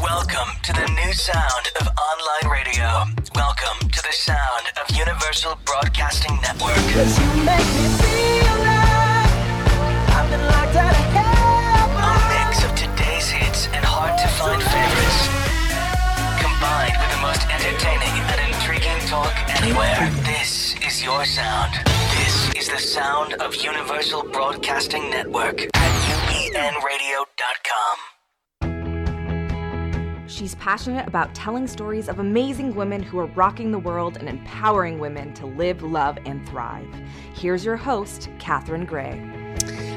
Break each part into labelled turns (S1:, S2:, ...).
S1: Welcome to the new sound of online radio. Welcome to the sound of Universal Broadcasting Network.
S2: Cause you make me feel like I've been locked out of
S1: A
S2: heaven.
S1: mix of today's hits and hard to find favorites. Combined with the most entertaining and intriguing talk anywhere. This is your sound. This is the sound of Universal Broadcasting Network at ubnradio.com.
S3: She's passionate about telling stories of amazing women who are rocking the world and empowering women to live, love, and thrive. Here's your host, Katherine Gray.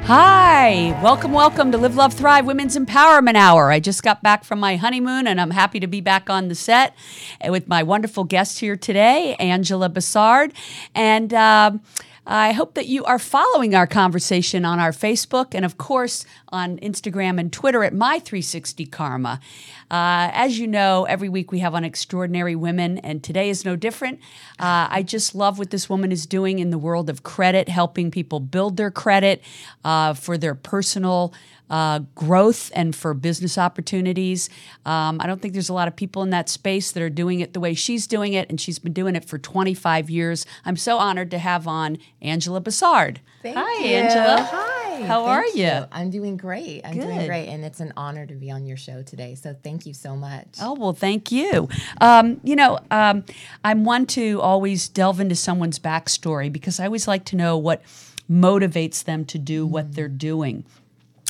S4: Hi, welcome, welcome to Live, Love, Thrive Women's Empowerment Hour. I just got back from my honeymoon and I'm happy to be back on the set eh, with my wonderful guest here today, Angela Bassard. And um, I hope that you are following our conversation on our Facebook and, of course, on Instagram and Twitter at My360 Karma. Uh, as you know, every week we have on extraordinary women, and today is no different. Uh, I just love what this woman is doing in the world of credit, helping people build their credit uh, for their personal uh, growth and for business opportunities. Um, I don't think there's a lot of people in that space that are doing it the way she's doing it, and she's been doing it for 25 years. I'm so honored to have on Angela Bassard.
S5: Thank
S4: Hi,
S5: you.
S4: Angela.
S5: Hi.
S4: How are
S5: Thank
S4: you?
S5: I'm doing great. I'm
S4: Good.
S5: doing great. And it's an honor to be on your show today. So thank you so much.
S4: Oh, well, thank you. Um, you know, um, I'm one to always delve into someone's backstory because I always like to know what motivates them to do what they're doing.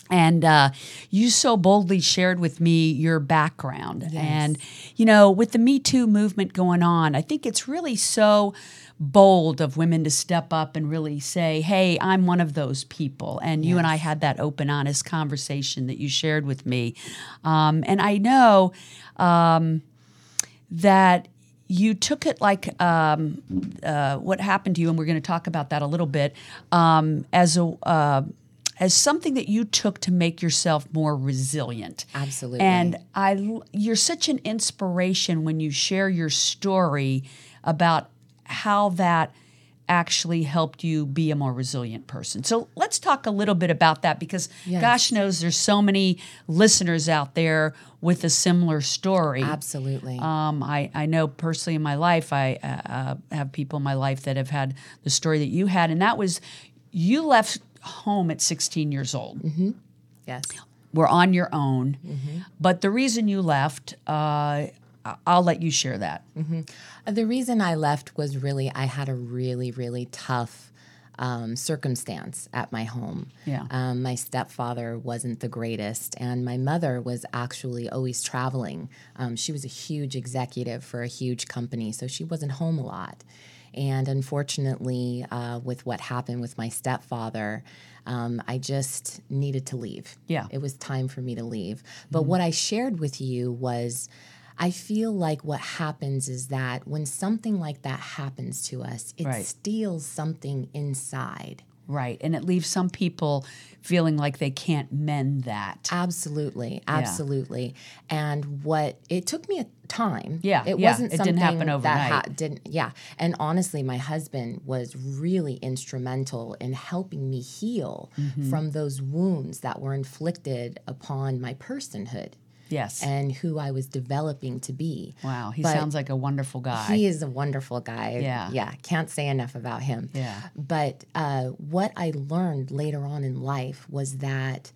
S4: And uh, you so boldly shared with me your background. And, you know, with the Me Too movement going on, I think it's really so bold of women to step up and really say, hey, I'm one of those people. And you and I had that open, honest conversation that you shared with me. Um, and I know that you took it like um, uh, what happened to you, and we're going to talk about that a little bit um, as a uh, as something that you took to make yourself more resilient.
S5: Absolutely.
S4: And I, l- you're such an inspiration when you share your story about how that actually helped you be a more resilient person. So let's talk a little bit about that because
S5: Yes.
S4: gosh knows there's so many listeners out there with a similar story.
S5: Absolutely.
S4: Um, I, I know personally in my life, I uh, uh, have people in my life that have had the story that you had, and that was you left home at 16 years old.
S5: Mm-hmm. yes.
S4: Were on your own,
S5: Mm-hmm.
S4: but the reason you left, uh, I- I'll let you share that.
S5: Uh, The reason I left was really I had a really, really tough um, circumstance at my home.
S4: Yeah.
S5: Um, my stepfather wasn't the greatest, and my mother was actually always traveling. Um, she was a huge executive for a huge company, so she wasn't home a lot. And unfortunately, uh, with what happened with my stepfather, um, I just needed to leave.
S4: Yeah. Mm-hmm.
S5: It was time for me to leave. But what I shared with you was I feel like what happens is that when something like that happens to us, it
S4: Right.
S5: steals something inside.
S4: Right, and it leaves some people feeling like they can't mend that.
S5: Absolutely, absolutely. And what it took me a time.
S4: Yeah,
S5: it
S4: yeah,
S5: wasn't
S4: it
S5: something
S4: didn't happen
S5: That ha-
S4: overnight.
S5: didn't yeah. And honestly, my husband was really instrumental in helping me heal
S4: Mm-hmm.
S5: from those wounds that were inflicted upon my personhood
S4: Yes.
S5: and who I was developing to be.
S4: wow, he
S5: But
S4: sounds like a wonderful guy.
S5: He is a wonderful guy.
S4: Yeah.
S5: Yeah. Can't say enough about him.
S4: Yeah.
S5: But uh, what I learned later on in life was that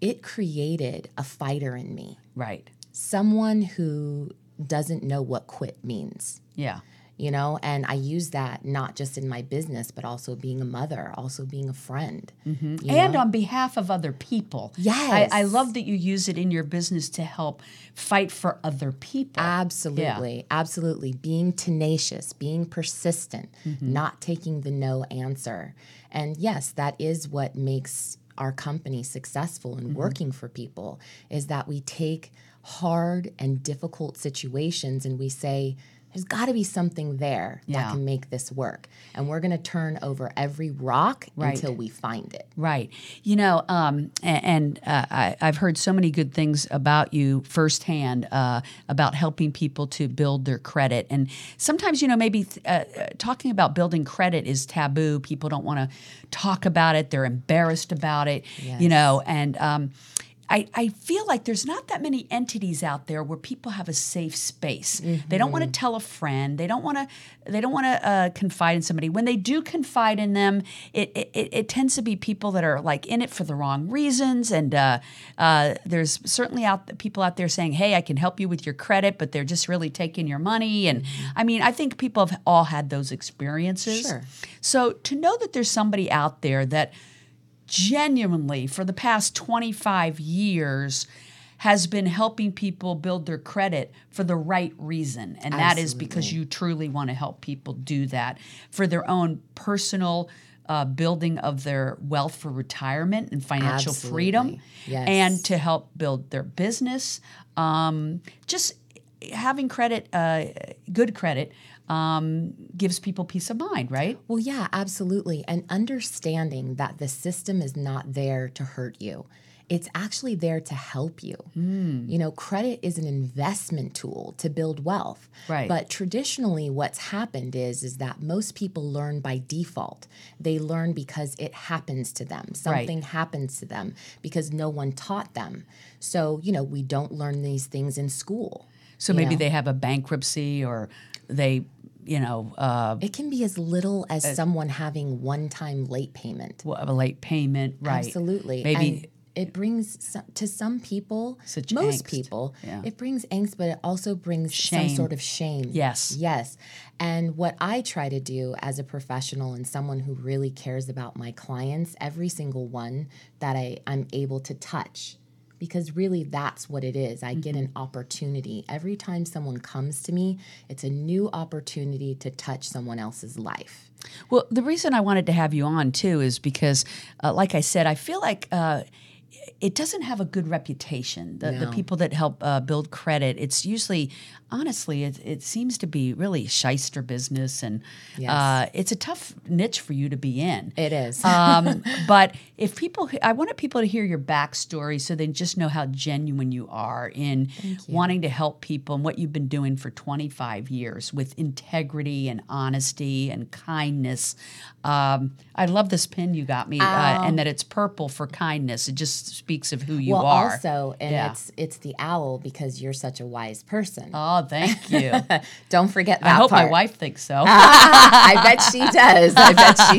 S5: it created a fighter in me,
S4: right.
S5: someone who doesn't know what quit means.
S4: Yeah.
S5: You know, and I use that not just in my business, but also being a mother, also being a friend.
S4: Mm-hmm.
S5: you
S4: and
S5: know?
S4: on behalf of other people.
S5: Yes.
S4: I, I love that you use it in your business to help fight for other people.
S5: Ah. Absolutely, absolutely. Being tenacious, being persistent,
S4: Mm-hmm.
S5: not taking the no answer. And yes, that is what makes our company successful
S4: Mm-hmm.
S5: in working for people is that we take hard and difficult situations and we say, there's got to be something there
S4: Yeah.
S5: that can make this work. And we're going to turn over every rock
S4: Right.
S5: until we find it.
S4: Right. You know, um, a- and, uh, I, I've heard so many good things about you firsthand uh, about helping people to build their credit. And sometimes, you know, maybe th- uh, uh, talking about building credit is taboo. People don't want to talk about it, they're embarrassed about it, you know, and. Um, I, I feel like there's not that many entities out there where people have a safe space. They don't want to tell a friend. They don't want to. They don't want to uh, confide in somebody. When they do confide in them, it, it it it tends to be people that are like in it for the wrong reasons. And uh, uh, there's certainly out people out there saying, "Hey, I can help you with your credit," but they're just really taking your money. And I mean, I think people have all had those experiences.
S5: Sure.
S4: So to know that there's somebody out there that genuinely for the past 25 years has been helping people build their credit for the right reason and that is because you truly want to help people do that for their own personal uh, building of their wealth for retirement and financial freedom
S5: Absolutely. Yes.
S4: and to help build their business um, just having credit uh, good credit um, gives people peace of mind right
S5: Well, yeah, absolutely. And understanding that the system is not there to hurt you. It's actually there to help you. You know, credit is an investment tool to build wealth.
S4: Right.
S5: But traditionally what's happened is is that most people learn by default. They learn because it happens to them. Something happens to them because no one taught them. So, you know, we don't learn these things in school.
S4: So maybe they have a bankruptcy or they, you know, uh,
S5: It can be as little as someone having one-time late payment.
S4: w- a late payment, right?
S5: Absolutely.
S4: Maybe.
S5: And it brings some, to some people,
S4: Such
S5: most
S4: angst.
S5: people,
S4: Yeah.
S5: it brings angst, but it also brings
S4: Shame.
S5: some sort of shame.
S4: Yes.
S5: Yes. And what I try to do as a professional and someone who really cares about my clients, every single one that I, I'm able to touch, because really that's what it is. I
S4: Mm-hmm.
S5: get an opportunity. Every time someone comes to me, it's a new opportunity to touch someone else's life.
S4: Well, the reason I wanted to have you on too is because, uh, like I said, I feel like uh, it doesn't have a good reputation. The, the people that help uh, build credit, it's usually, honestly, it, it seems to be really shyster business, and uh, it's a tough niche for you to be in.
S5: It is.
S4: um, but if people, I wanted people to hear your backstory so they just know how genuine you are in wanting to help people and what you've been doing for 25 years with integrity and honesty and kindness. Um, I love this pin you got me uh, and that it's purple for kindness. It just speaks of who you
S5: Um, well,
S4: are.
S5: also, and
S4: Yeah.
S5: it's it's the owl because you're such a wise person.
S4: oh, thank you. I
S5: Don't forget that
S4: hope my
S5: part.
S4: wife thinks so.
S5: I bet she does. I bet she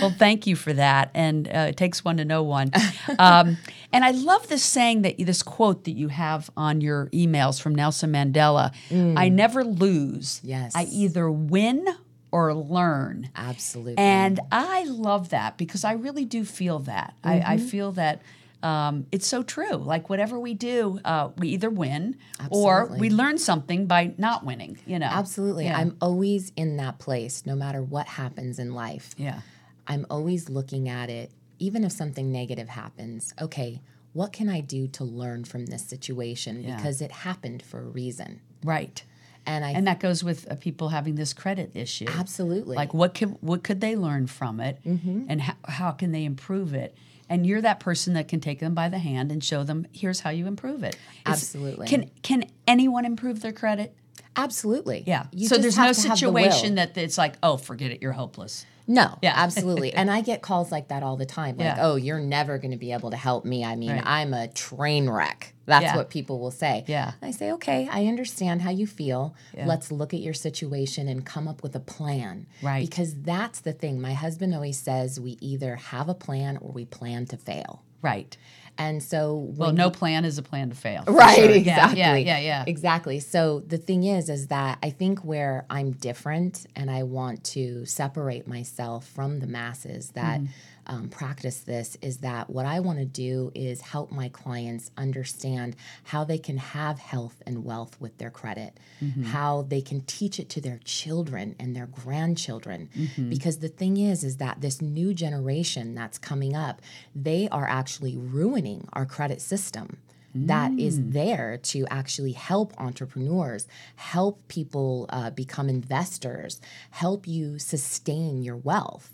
S4: well, thank you for that. And uh, it takes one to know one. Um, and I love this saying that this quote that you have on your emails from Nelson Mandela I never lose.
S5: Mm. Yes.
S4: I either win or learn.
S5: Absolutely.
S4: And I love that because I really do feel that. I, I
S5: Mm-hmm.
S4: feel that um, it's so true. Like whatever we do, uh, we either win or we
S5: Absolutely.
S4: learn something by not winning. You know,
S5: Absolutely.
S4: Yeah.
S5: I'm always in that place, no matter what happens in life.
S4: yeah,
S5: I'm always looking at it, even if something negative happens. Okay, what can I do to learn from this situation? Because it happened for a reason.
S4: right.
S5: And I
S4: And that goes with uh, people having this credit issue.
S5: absolutely Mm-hmm.
S4: Like what could what could they learn from it, and how, how can they improve it? And you're that person that can take them by the hand and show them here's how you improve it. It's-
S5: Absolutely.
S4: Can can anyone improve their credit?
S5: absolutely.
S4: Yeah.
S5: You
S4: so
S5: just
S4: there's
S5: have
S4: no
S5: to have the will.
S4: situation that it's like oh forget it you're hopeless.
S5: No,
S4: Yeah.
S5: absolutely. And I get calls like that all the time. Like,
S4: Yeah.
S5: oh, you're never going to be able to help me. I mean,
S4: Right.
S5: I'm a train wreck. That's
S4: Yeah.
S5: what people will say.
S4: Yeah.
S5: And I say, okay, I understand how you feel. Let's look at your situation and come up with a plan.
S4: Right.
S5: Because that's the thing. My husband always says we either have a plan or we plan to fail.
S4: Right.
S5: And so,
S4: Well,
S5: when
S4: no plan is a plan to fail. for
S5: right
S4: sure. Yeah,
S5: exactly
S4: Yeah. Yeah. Yeah.
S5: exactly so the thing is is that i think where i'm different and i want to separate myself from the masses that
S4: Mm-hmm.
S5: um, practice this is that what i want to do is help my clients understand how they can have health and wealth with their credit
S4: Mm-hmm.
S5: how they can teach it to their children and their grandchildren
S4: Mm-hmm.
S5: because the thing is is that this new generation that's coming up they are actually ruining our credit system that is there to actually help entrepreneurs, help people uh, become investors, help you sustain your wealth.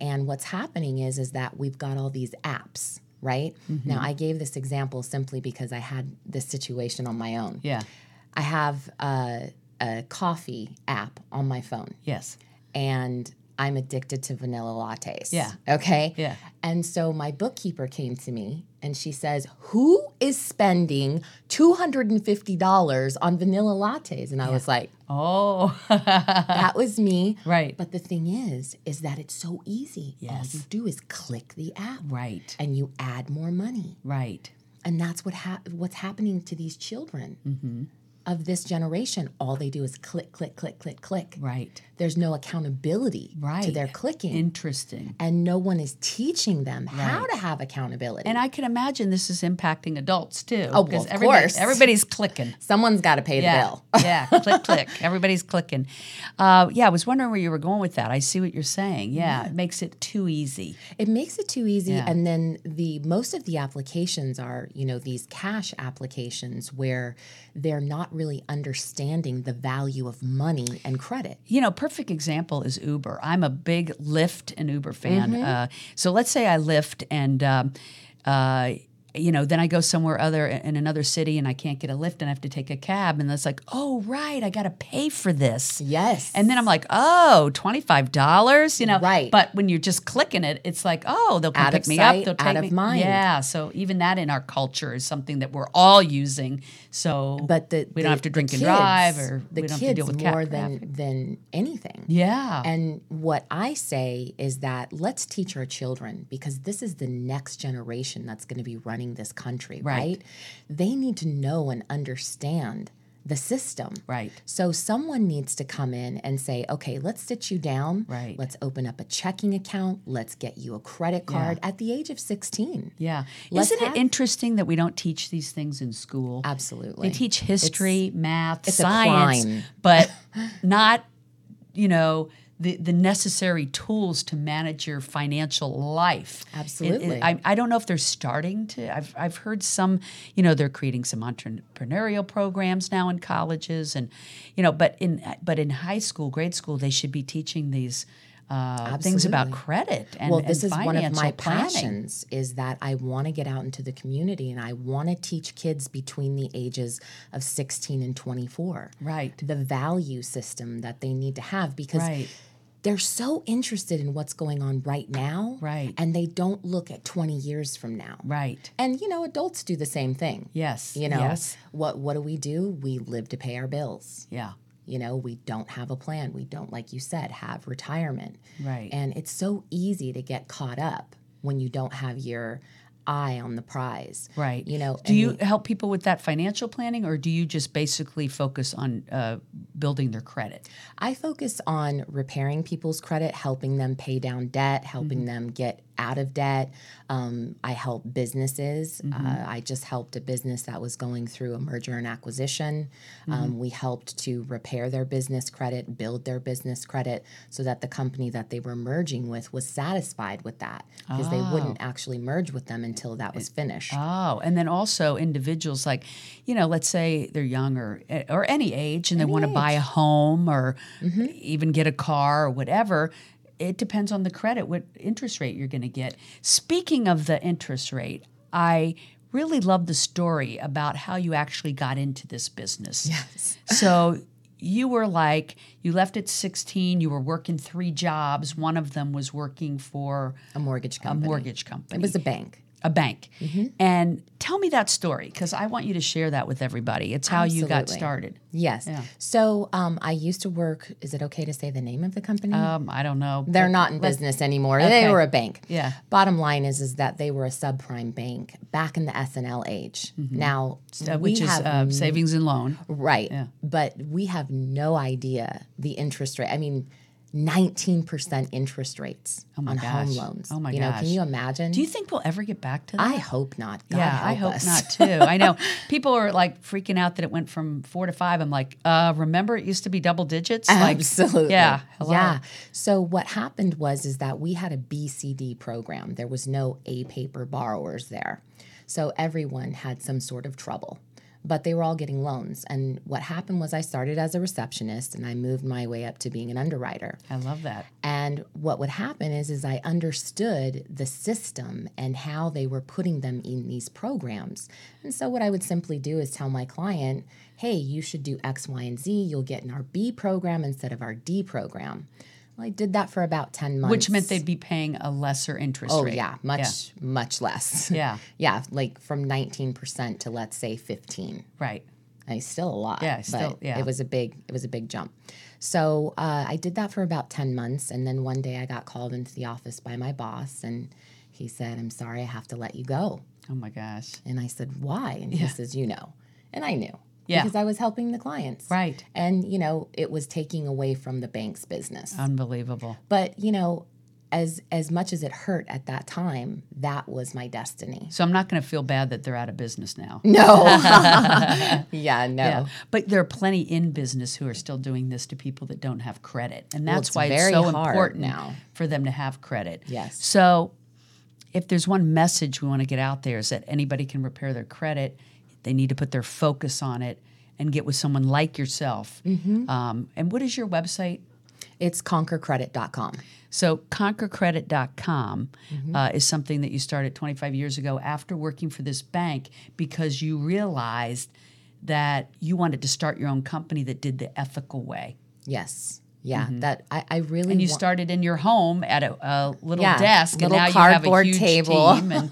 S5: And what's happening is is that we've got all these apps, right? Now I gave this example simply because I had this situation on my own.
S4: Yeah.
S5: I have a, a coffee app on my phone
S4: Yes.
S5: and I'm addicted to vanilla lattes.
S4: Yeah.
S5: Okay.
S4: Yeah.
S5: And so my bookkeeper came to me and she says, Who is spending $250 on vanilla lattes? And I was like,
S4: Oh,
S5: That was me.
S4: Right.
S5: But the thing is, is that it's so easy.
S4: Yes.
S5: All you do is click the app.
S4: right,
S5: And you add more money.
S4: right.
S5: And that's what hap what's happening to these children
S4: Mm-hmm.
S5: of this generation. All they do is click, click, click, click, click.
S4: Right.
S5: There's no accountability to
S4: Right.
S5: their clicking.
S4: Interesting.
S5: and no one is teaching them how to have accountability.
S4: And I can imagine this is impacting adults too.
S5: Oh, well,
S4: 'cause
S5: of
S4: everybody-
S5: course.
S4: Everybody's clicking.
S5: Someone's got to pay the
S4: Yeah.
S5: bill.
S4: yeah. Click, click. Everybody's clicking. Uh, yeah. I was wondering where you were going with that. I see what you're saying. Yeah. It makes it too easy.
S5: It makes it too easy, and then the most of the applications are, you know, these cash applications where they're not really understanding the value of money and credit.
S4: You know, perfect example is Uber. I'm a big Lyft and Uber fan.
S5: Mm-hmm.
S4: Uh, so let's say I Lyft and, um, uh, you know, then I go somewhere other in another city and I can't get a Lyft and I have to take a cab. And that's like, oh, right, I got to pay for this.
S5: Yes,
S4: And then I'm like, oh, $25, you know.
S5: Right.
S4: But when you're just clicking it, it's like, oh, they'll come
S5: Out of
S4: pick me up.
S5: sight,
S4: They'll take
S5: out of
S4: me.
S5: mind.
S4: Yeah. So even that in our culture is something that we're all using. So
S5: but the
S4: we
S5: the-
S4: don't have to
S5: the
S4: drink and
S5: kids-
S4: drive or
S5: the
S4: we don't
S5: kids
S4: have to deal with cat
S5: more
S4: crap.
S5: than than anything.
S4: Yeah.
S5: And what I say is that let's teach our children because this is the next generation that's going to be running this country,
S4: Right.
S5: right? They need to know and understand the system.
S4: Right.
S5: So someone needs to come in and say, okay, let's sit you down.
S4: Right.
S5: Let's open up a checking account. Let's get you a credit card at the age of 16.
S4: Yeah.
S5: Let's
S4: Isn't
S5: have-
S4: it interesting that we don't teach these things in school?
S5: Absolutely.
S4: They teach history, math,
S5: a
S4: science,
S5: crime.
S4: but not, you know, the, the necessary tools to manage your financial life. It- it-
S5: Absolutely.
S4: I, I don't know if they're starting to. I've, I've heard some, you know, they're creating some entrepreneurial programs now in colleges, and you know, but in but in high school, grade school, they should be teaching these uh, things about credit and
S5: well this
S4: and
S5: is one of
S4: financial
S5: my
S4: planning.
S5: passions is that i want to get out into the community and i want to teach kids between the ages of 16 and 24
S4: Right.
S5: the value system that they need to have because
S4: Right.
S5: they're so interested in what's going on right now
S4: Right.
S5: and they don't look at 20 years from now
S4: Right.
S5: and you know adults do the same thing
S4: Yes.
S5: you know
S4: Yes.
S5: what what do we do we live to pay our bills
S4: Yeah.
S5: you know we don't have a plan we don't like you said have retirement
S4: Right.
S5: and it's so easy to get caught up when you don't have your eye on the prize.
S4: right.
S5: You know,
S4: do
S5: and
S4: you help people with that financial planning, or do you just basically focus on uh, building their credit?
S5: I focus on repairing people's credit, helping them pay down debt, helping
S4: Mm-hmm.
S5: them get out of debt. Um, I help businesses.
S4: Mm-hmm.
S5: Uh, I just helped a business that was going through a merger and acquisition.
S4: Mm-hmm.
S5: Um, we helped to repair their business credit, build their business credit, so that the company that they were merging with was satisfied with that because they wouldn't
S4: Ah.
S5: actually merge with them until that was finished.
S4: Oh, and then also individuals like, you know, let's say they're young or or any age, and they want to buy a home or even get a car or whatever. It depends on the credit, what interest rate you're going to get. Speaking of the interest rate, I really love the story about how you actually got into this business. Yes. so you were like, you left at 16, you were working three jobs. One of them was working for
S5: a mortgage
S4: a
S5: company.
S4: mortgage company
S5: It was Mm-hmm. a bank.
S4: a bank. And tell me that story because I want you to share that with everybody. It's how you got
S5: Absolutely.
S4: started.
S5: Yes. So um, I used to work. Is it okay to say the name of the company?
S4: Um, I don't know.
S5: They're not in business anymore. They
S4: okay.
S5: were a bank.
S4: Yeah.
S5: Bottom line is, is that they were a subprime bank back in the SNL age. Now,
S4: uh, which
S5: we
S4: is
S5: have
S4: uh, savings and loan.
S5: Right. But we have no idea the interest rate. I mean, 19% interest rates on home
S4: gosh.
S5: loans.
S4: Oh my
S5: you know,
S4: gosh.
S5: Can you imagine?
S4: Do you think we'll ever get back to that?
S5: I hope not. God
S4: yeah,
S5: help
S4: I hope
S5: us.
S4: not too. I know people are like freaking out that it went from four to five. I'm like, uh, remember it used to be double digits? Like,
S5: Absolutely.
S4: Yeah. hello.
S5: Yeah. So what happened was is that we had a BCD program. There was no A paper borrowers there. So everyone had some sort of trouble. But they were all getting loans. And what happened was I started as a receptionist and I moved my way up to being an underwriter.
S4: I love that.
S5: And what would happen is is I understood the system and how they were putting them in these programs. And so what I would simply do is tell my client, "Hey, you should do X, Y, and Z. You'll get in our B program instead of our D program." Well, I did that for about 10 months.
S4: which meant they'd be paying a lesser interest
S5: Oh
S4: rate.
S5: yeah, much much less.
S4: Yeah.
S5: yeah, like from 19% to let's say 15.
S4: Right.
S5: I still a lot.
S4: Yeah,
S5: but
S4: still- yeah.
S5: It was a big, it was a big jump. So uh, I did that for about ten months, and then one day I got called into the office by my boss, and he said, "I'm sorry, I have to let you go."
S4: Oh my gosh.
S5: And I said, "Why?" And he says, "You know," and I knew.
S4: Yeah.
S5: Because I was helping the clients.
S4: Right.
S5: And, you know, it was taking away from the bank's business.
S4: Oh. Unbelievable.
S5: But, you know, as as much as it hurt at that time, that was my destiny.
S4: So I'm not going to feel bad that they're out of business now.
S5: No. yeah, no.
S4: Yeah. But there are plenty in business who are still doing this to people that don't have credit. And that's
S5: it's
S4: why it's
S5: very
S4: so
S5: hard
S4: important
S5: now.
S4: for them to have credit.
S5: Yes.
S4: So if there's one message we want to get out there is that anybody can repair their credit, they need to put their focus on it and get with someone like yourself.
S5: Mm-hmm.
S4: Um, and what is your website?
S5: It's conquercredit.com.
S4: So, conquercredit.com
S5: Mm-hmm.
S4: uh, is something that you started 25 years ago after working for this bank because you realized that you wanted to start your own company that did the ethical way.
S5: Yes. Yeah. That I, I really
S4: Mm-hmm. And you
S5: wa-
S4: started in your home at a, a little
S5: Yeah,
S4: desk,
S5: little
S4: and now you have a
S5: cardboard
S4: huge
S5: table.
S4: team.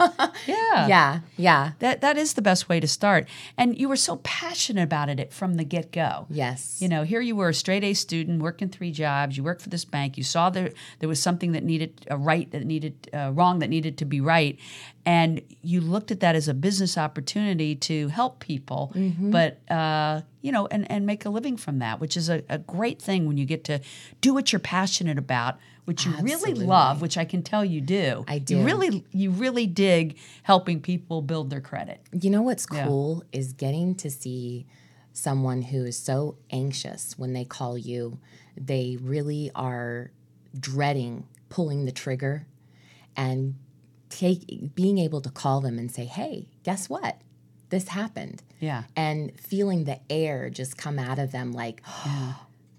S4: And, yeah,
S5: Yeah. Yeah.
S4: that that is the best way to start. And you were so passionate about it at- from the get go.
S5: Yes.
S4: You know, here you were a straight A student working three jobs. You worked for this bank. You saw there there was something that needed a right that needed uh, wrong that needed to be right, and you looked at that as a business opportunity to help people,
S5: Mm-hmm.
S4: but uh, you know, and and make a living from that, which is a, a great thing when you get to do what you're passionate about, which you really love, which I can tell you do. I
S5: do.
S4: You really you really dig helping people build their credit.
S5: You know what's cool is getting to see someone who is so anxious when they call you, they really are dreading pulling the trigger and take being able to call them and say, "Hey, guess what? This happened."
S4: Yeah.
S5: And feeling the air just come out of them like,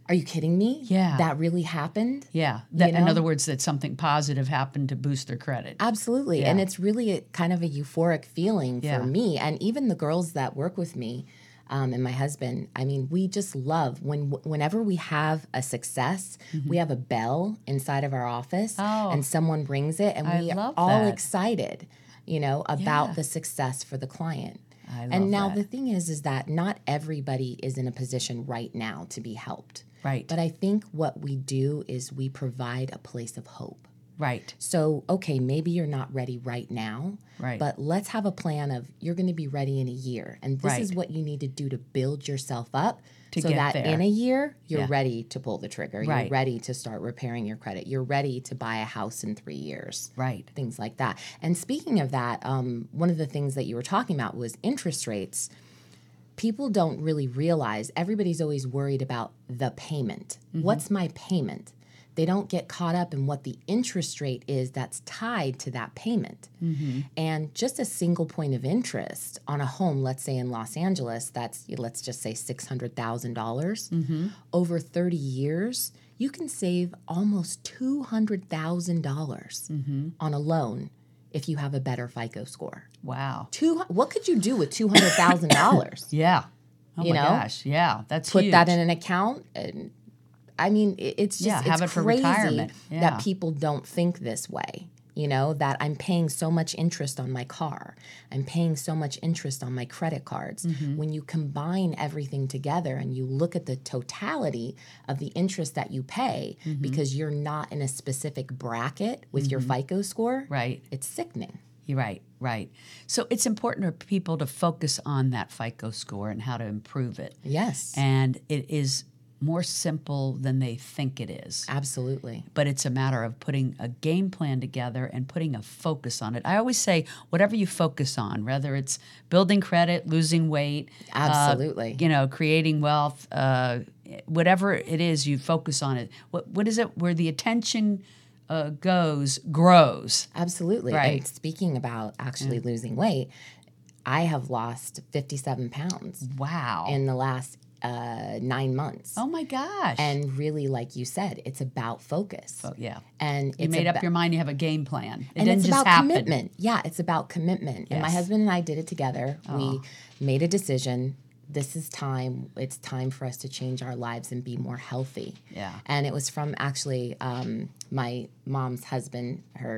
S5: "Are you kidding me?
S4: Yeah.
S5: That really happened?"
S4: Yeah. That, In
S5: know?
S4: other words, that something positive happened to boost their credit.
S5: Absolutely. And it's really a, kind of a euphoric feeling
S4: Yeah.
S5: for me. And even the girls that work with me um, and my husband, I mean, we just love when whenever we have a success, we have a bell inside of our office
S4: Mm-hmm. Oh.
S5: and someone rings it and
S4: I
S5: we
S4: love
S5: are all
S4: that.
S5: excited, you know, about
S4: Yeah.
S5: the success for the client.
S4: I love
S5: and now
S4: that.
S5: the thing is is that not everybody is in a position right now to be helped.
S4: Right.
S5: But I think what we do is we provide a place of hope.
S4: right.
S5: So, okay, maybe you're not ready right now,
S4: Right.
S5: but let's have a plan of you're going to be ready in a year. And this is
S4: Right.
S5: what you need to do to build yourself up
S4: To
S5: so
S4: get
S5: that
S4: there.
S5: in a year you're
S4: Yeah.
S5: ready to pull the trigger.
S4: Right.
S5: You're ready to start repairing your credit. You're ready to buy a house in 3 years.
S4: Right.
S5: Things like that. And speaking of that, um, one of the things that you were talking about was interest rates. People don't really realize everybody's always worried about the payment. What's my payment? They don't get caught up in what the interest rate is that's tied to that payment. And just a single point of interest on a home, let's say in Los Angeles, that's let's just say $600,000 dollars over 30 years, you can save almost $200,000 dollars on a loan if you have a better FICO score.
S4: Wow.
S5: Two, what could you do with $200,000?
S4: Yeah. Oh
S5: You
S4: my
S5: know?
S4: gosh. Yeah. That's
S5: put
S4: huge.
S5: that in an account and i mean it, it's just
S4: Yeah,
S5: it's
S4: have it for
S5: crazy
S4: retirement. Yeah.
S5: that people don't think this way you know that i'm paying so much interest on my car i'm paying so much interest on my credit cards
S4: Mm-hmm.
S5: when you combine everything together and you look at the totality of the interest that you pay
S4: Mm-hmm.
S5: because you're not in a specific bracket with your fico score
S4: Mm-hmm. Right.
S5: it's sickening
S4: You're right. Right. So it's important for people to focus on that FICO score and how to improve it.
S5: yes
S4: And it is more simple than they think it is.
S5: absolutely
S4: but it's a matter of putting a game plan together and putting a focus on it. I always say, whatever you focus on, whether it's building credit, losing weight, uh,
S5: Absolutely.
S4: you know, creating wealth, uh, whatever it is, you focus on it. What what is it? Where the attention uh, goes, grows.
S5: Absolutely.
S4: Right. Mm.
S5: And speaking about actually losing weight, I have lost 57 pounds
S4: Wow.
S5: in the last uh, nine months.
S4: oh my gosh.
S5: And really, like you said, it's about focus.
S4: Oh, yeah.
S5: And
S4: You
S5: it's
S4: made
S5: abo-
S4: up your mind. You have a game plan. It
S5: and
S4: didn't
S5: it's
S4: just
S5: about
S4: happen.
S5: commitment. Yeah, it's about commitment. And my
S4: Yes.
S5: husband and I did it together. We made a decision. this is time it's time for us to change our lives and be more healthy
S4: Yeah.
S5: and it was from actually um, my mom's husband her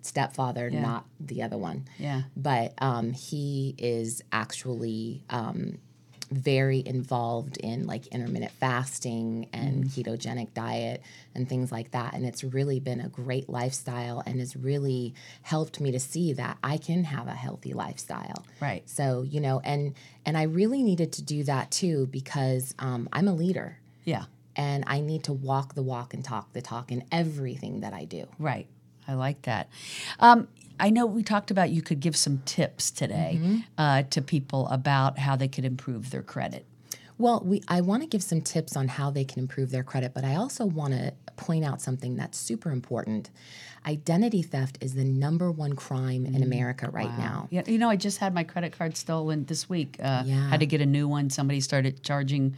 S5: stepfather not the other one
S4: Yeah.
S5: but um, he is actually um, very involved in like intermittent fasting and ketogenic diet and things like that and it's really been a great lifestyle and has really helped me to see that I can have a healthy lifestyle
S4: Right.
S5: so you know and and I really needed to do that too because um, I'm a leader
S4: Yeah.
S5: and I need to walk the walk and talk the talk in everything that I do
S4: Right. I like that. Um, I know we talked about you could give some tips today
S5: Mm-hmm.
S4: uh, to people about how they could improve their credit.
S5: Well, we I want to give some tips on how they can improve their credit, but I also want to point out something that's super important. Identity theft is the number one crime
S4: Mm.
S5: in America right now.
S4: Yeah, you know, I just had my credit card stolen this week. Uh,
S5: Yeah.
S4: Had to get a new one. Somebody started charging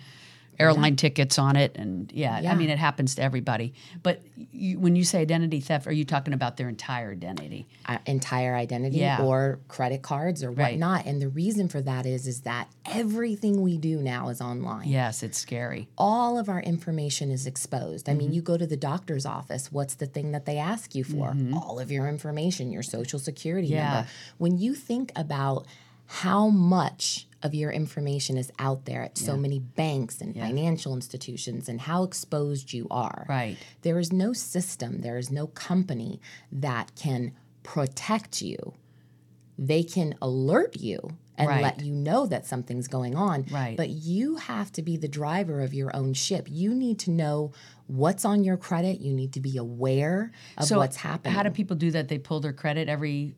S4: airline tickets on it, and yeah, I
S5: Yeah.
S4: mean, it happens to everybody. But you, when you say identity theft, are you talking about their entire identity?
S5: uh, entire identity
S4: Yeah.
S5: or credit cards or
S4: Right.
S5: whatnot. And the reason for that is is that everything we do now is online.
S4: Yes, it's scary.
S5: all of our information is exposed. I mean, you go to the doctor's office, what's the thing that they ask you for? All of your information, your social security
S4: Yeah.
S5: number. When you think about how much of your information is out there at so many banks and financial institutions and how exposed you are.
S4: Right.
S5: There is no system, there is no company that can protect you. They can alert you and
S4: Right.
S5: let you know that something's going on.
S4: Right.
S5: But you have to be the driver of your own ship. You need to know what's on your credit. You need to be aware of what's happening.
S4: How do people do that? They pull their credit every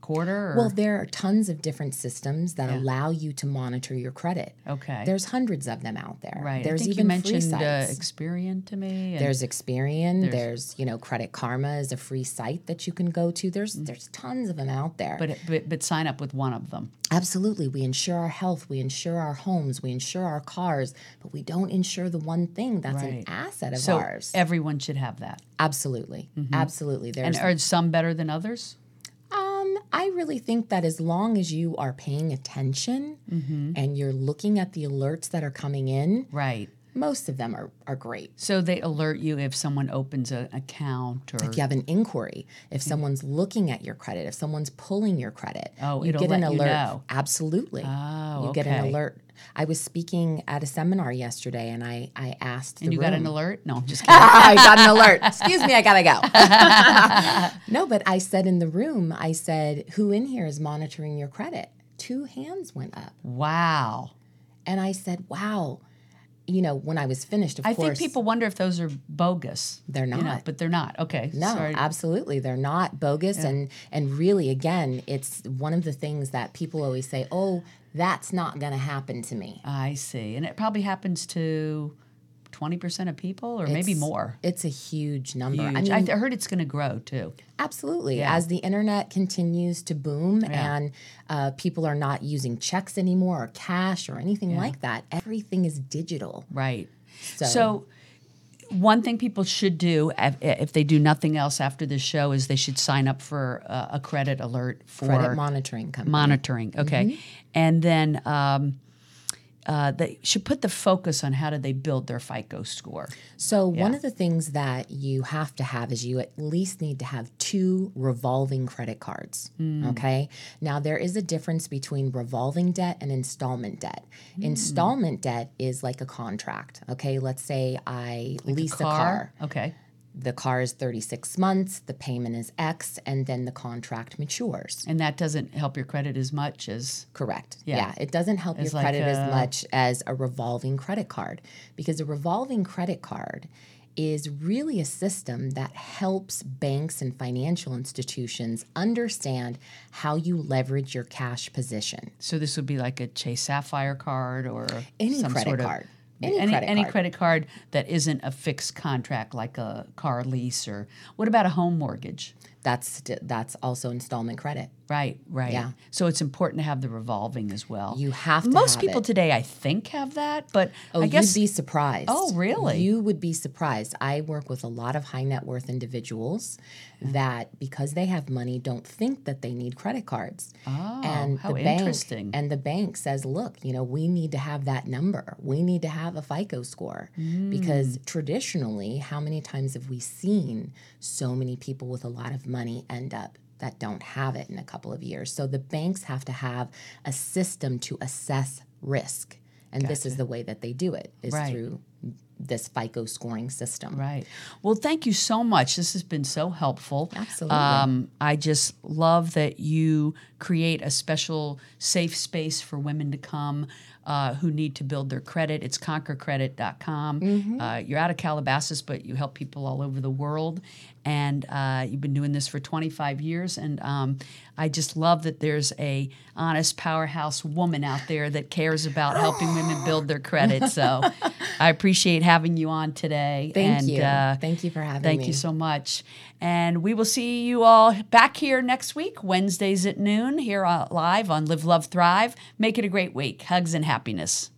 S4: quarter. Or?
S5: well, there are tons of different systems that allow you to monitor your credit.
S4: okay.
S5: There's hundreds of them out there.
S4: right.
S5: There's
S4: I think
S5: even
S4: you mentioned
S5: free
S4: Uh,
S5: sites.
S4: Experian to me. and-
S5: There's Experian. There's, you know Credit Karma is a free site that you can go to. There's there's tons of them out there.
S4: Mm-hmm. but, but but sign up with one of them.
S5: absolutely, we insure our health, we insure our homes, we insure our cars, but we don't insure the one thing that's
S4: Right.
S5: an asset of
S4: So
S5: ours.
S4: everyone should have that.
S5: absolutely, absolutely. There's
S4: And are some better than others?
S5: Um, I really think that as long as you are paying attention and you're looking at the alerts that are coming in,
S4: Mm-hmm. Right.
S5: most of them are, are great.
S4: So they alert you if someone opens an account or
S5: If you have an inquiry, if
S4: Mm-hmm.
S5: someone's looking at your credit, if someone's pulling your credit,
S4: Oh,
S5: you
S4: it'll
S5: get an
S4: let
S5: alert.
S4: you know.
S5: Absolutely.
S4: Oh,
S5: you get an
S4: okay.
S5: alert. I was speaking at a seminar yesterday and I, I asked the
S4: and you got an
S5: room-
S4: alert. No, I'm just kidding.
S5: I got an alert. Excuse me, I gotta go. no, but I said in the room, I said, who in here is monitoring your credit? Two hands went up.
S4: wow.
S5: And I said, wow. You know, when I was finished, of
S4: I
S5: course.
S4: think people wonder if those are bogus.
S5: They're
S4: you know,
S5: not.
S4: but they're not. Okay.
S5: No,
S4: Sorry.
S5: absolutely. They're not bogus. And, and really, again, it's one of the things that people always say, oh, that's not gonna happen to me.
S4: I see. And it probably happens to 20% of people or maybe more.
S5: It's a huge number. I
S4: Huge.
S5: mean,
S4: I, I heard it's going to grow too.
S5: Absolutely. As the internet continues to boom and uh, people are not using checks anymore or cash or anything like that, everything is digital.
S4: Right. So, one thing people should do if, if they do nothing else after this show is they should sign up for uh, a credit alert for
S5: Credit monitoring company.
S4: monitoring. Okay,
S5: Mm-hmm.
S4: and then um, uh, they should put the focus on how do they build their FICO score.
S5: so, one of the things that you have to have is you at least need to have two revolving credit cards. Okay. Now, there is a difference between revolving debt and installment debt. Installment debt is like a contract. Okay. Let's say I lease a car.
S4: Okay.
S5: the car is 36 months, the payment is X, and then the contract matures.
S4: And that doesn't help your credit as much as
S5: Correct. Yeah. It doesn't help
S4: It's
S5: your
S4: like
S5: credit
S4: a-
S5: as much as a revolving credit card because a revolving credit card is really a system that helps banks and financial institutions understand how you leverage your cash position.
S4: so. This would be like a Chase Sapphire card or
S5: Any
S4: some
S5: credit
S4: sort of-
S5: card. Any,
S4: any,
S5: credit
S4: any
S5: card.
S4: credit card that isn't a fixed contract like a car lease or what about a home mortgage?
S5: that's that's also installment credit.
S4: Right, right.
S5: Yeah.
S4: So it's important to have the revolving as well.
S5: You have to
S4: Most
S5: have
S4: people
S5: it.
S4: today, I think, have that, but
S5: Oh,
S4: I guess
S5: you'd be surprised.
S4: Oh, really?
S5: You would be surprised. I work with a lot of high net worth individuals that, because they have money, don't think that they need credit cards.
S4: Oh,
S5: and
S4: how
S5: the bank,
S4: interesting.
S5: And the bank says, look, you know, we need to have that number. We need to have a FICO score
S4: Mm.
S5: because traditionally, how many times have we seen so many people with a lot of money end up? That don't have it in a couple of years. So the banks have to have a system to assess risk. And this is the way that they do it is
S4: Right.
S5: through this FICO scoring system.
S4: Right. Well, thank you so much. This has been so helpful.
S5: Absolutely.
S4: Um, I just love that you create a special safe space for women to come uh, who need to build their credit. It's conquercredit.com. Uh, you're out of Calabasas, but you help people all over the world. And uh, you've been doing this for 25 years. And um, I just love that there's a honest powerhouse woman out there that cares about helping women build their credit. So I appreciate having you on today.
S5: Thank
S4: and,
S5: you.
S4: uh,
S5: thank you for having
S4: Thank
S5: me.
S4: you so much. And we will see you all back here next week, Wednesdays at noon, here uh, live on Live, Love, Thrive. Make it a great week. Hugs and happiness.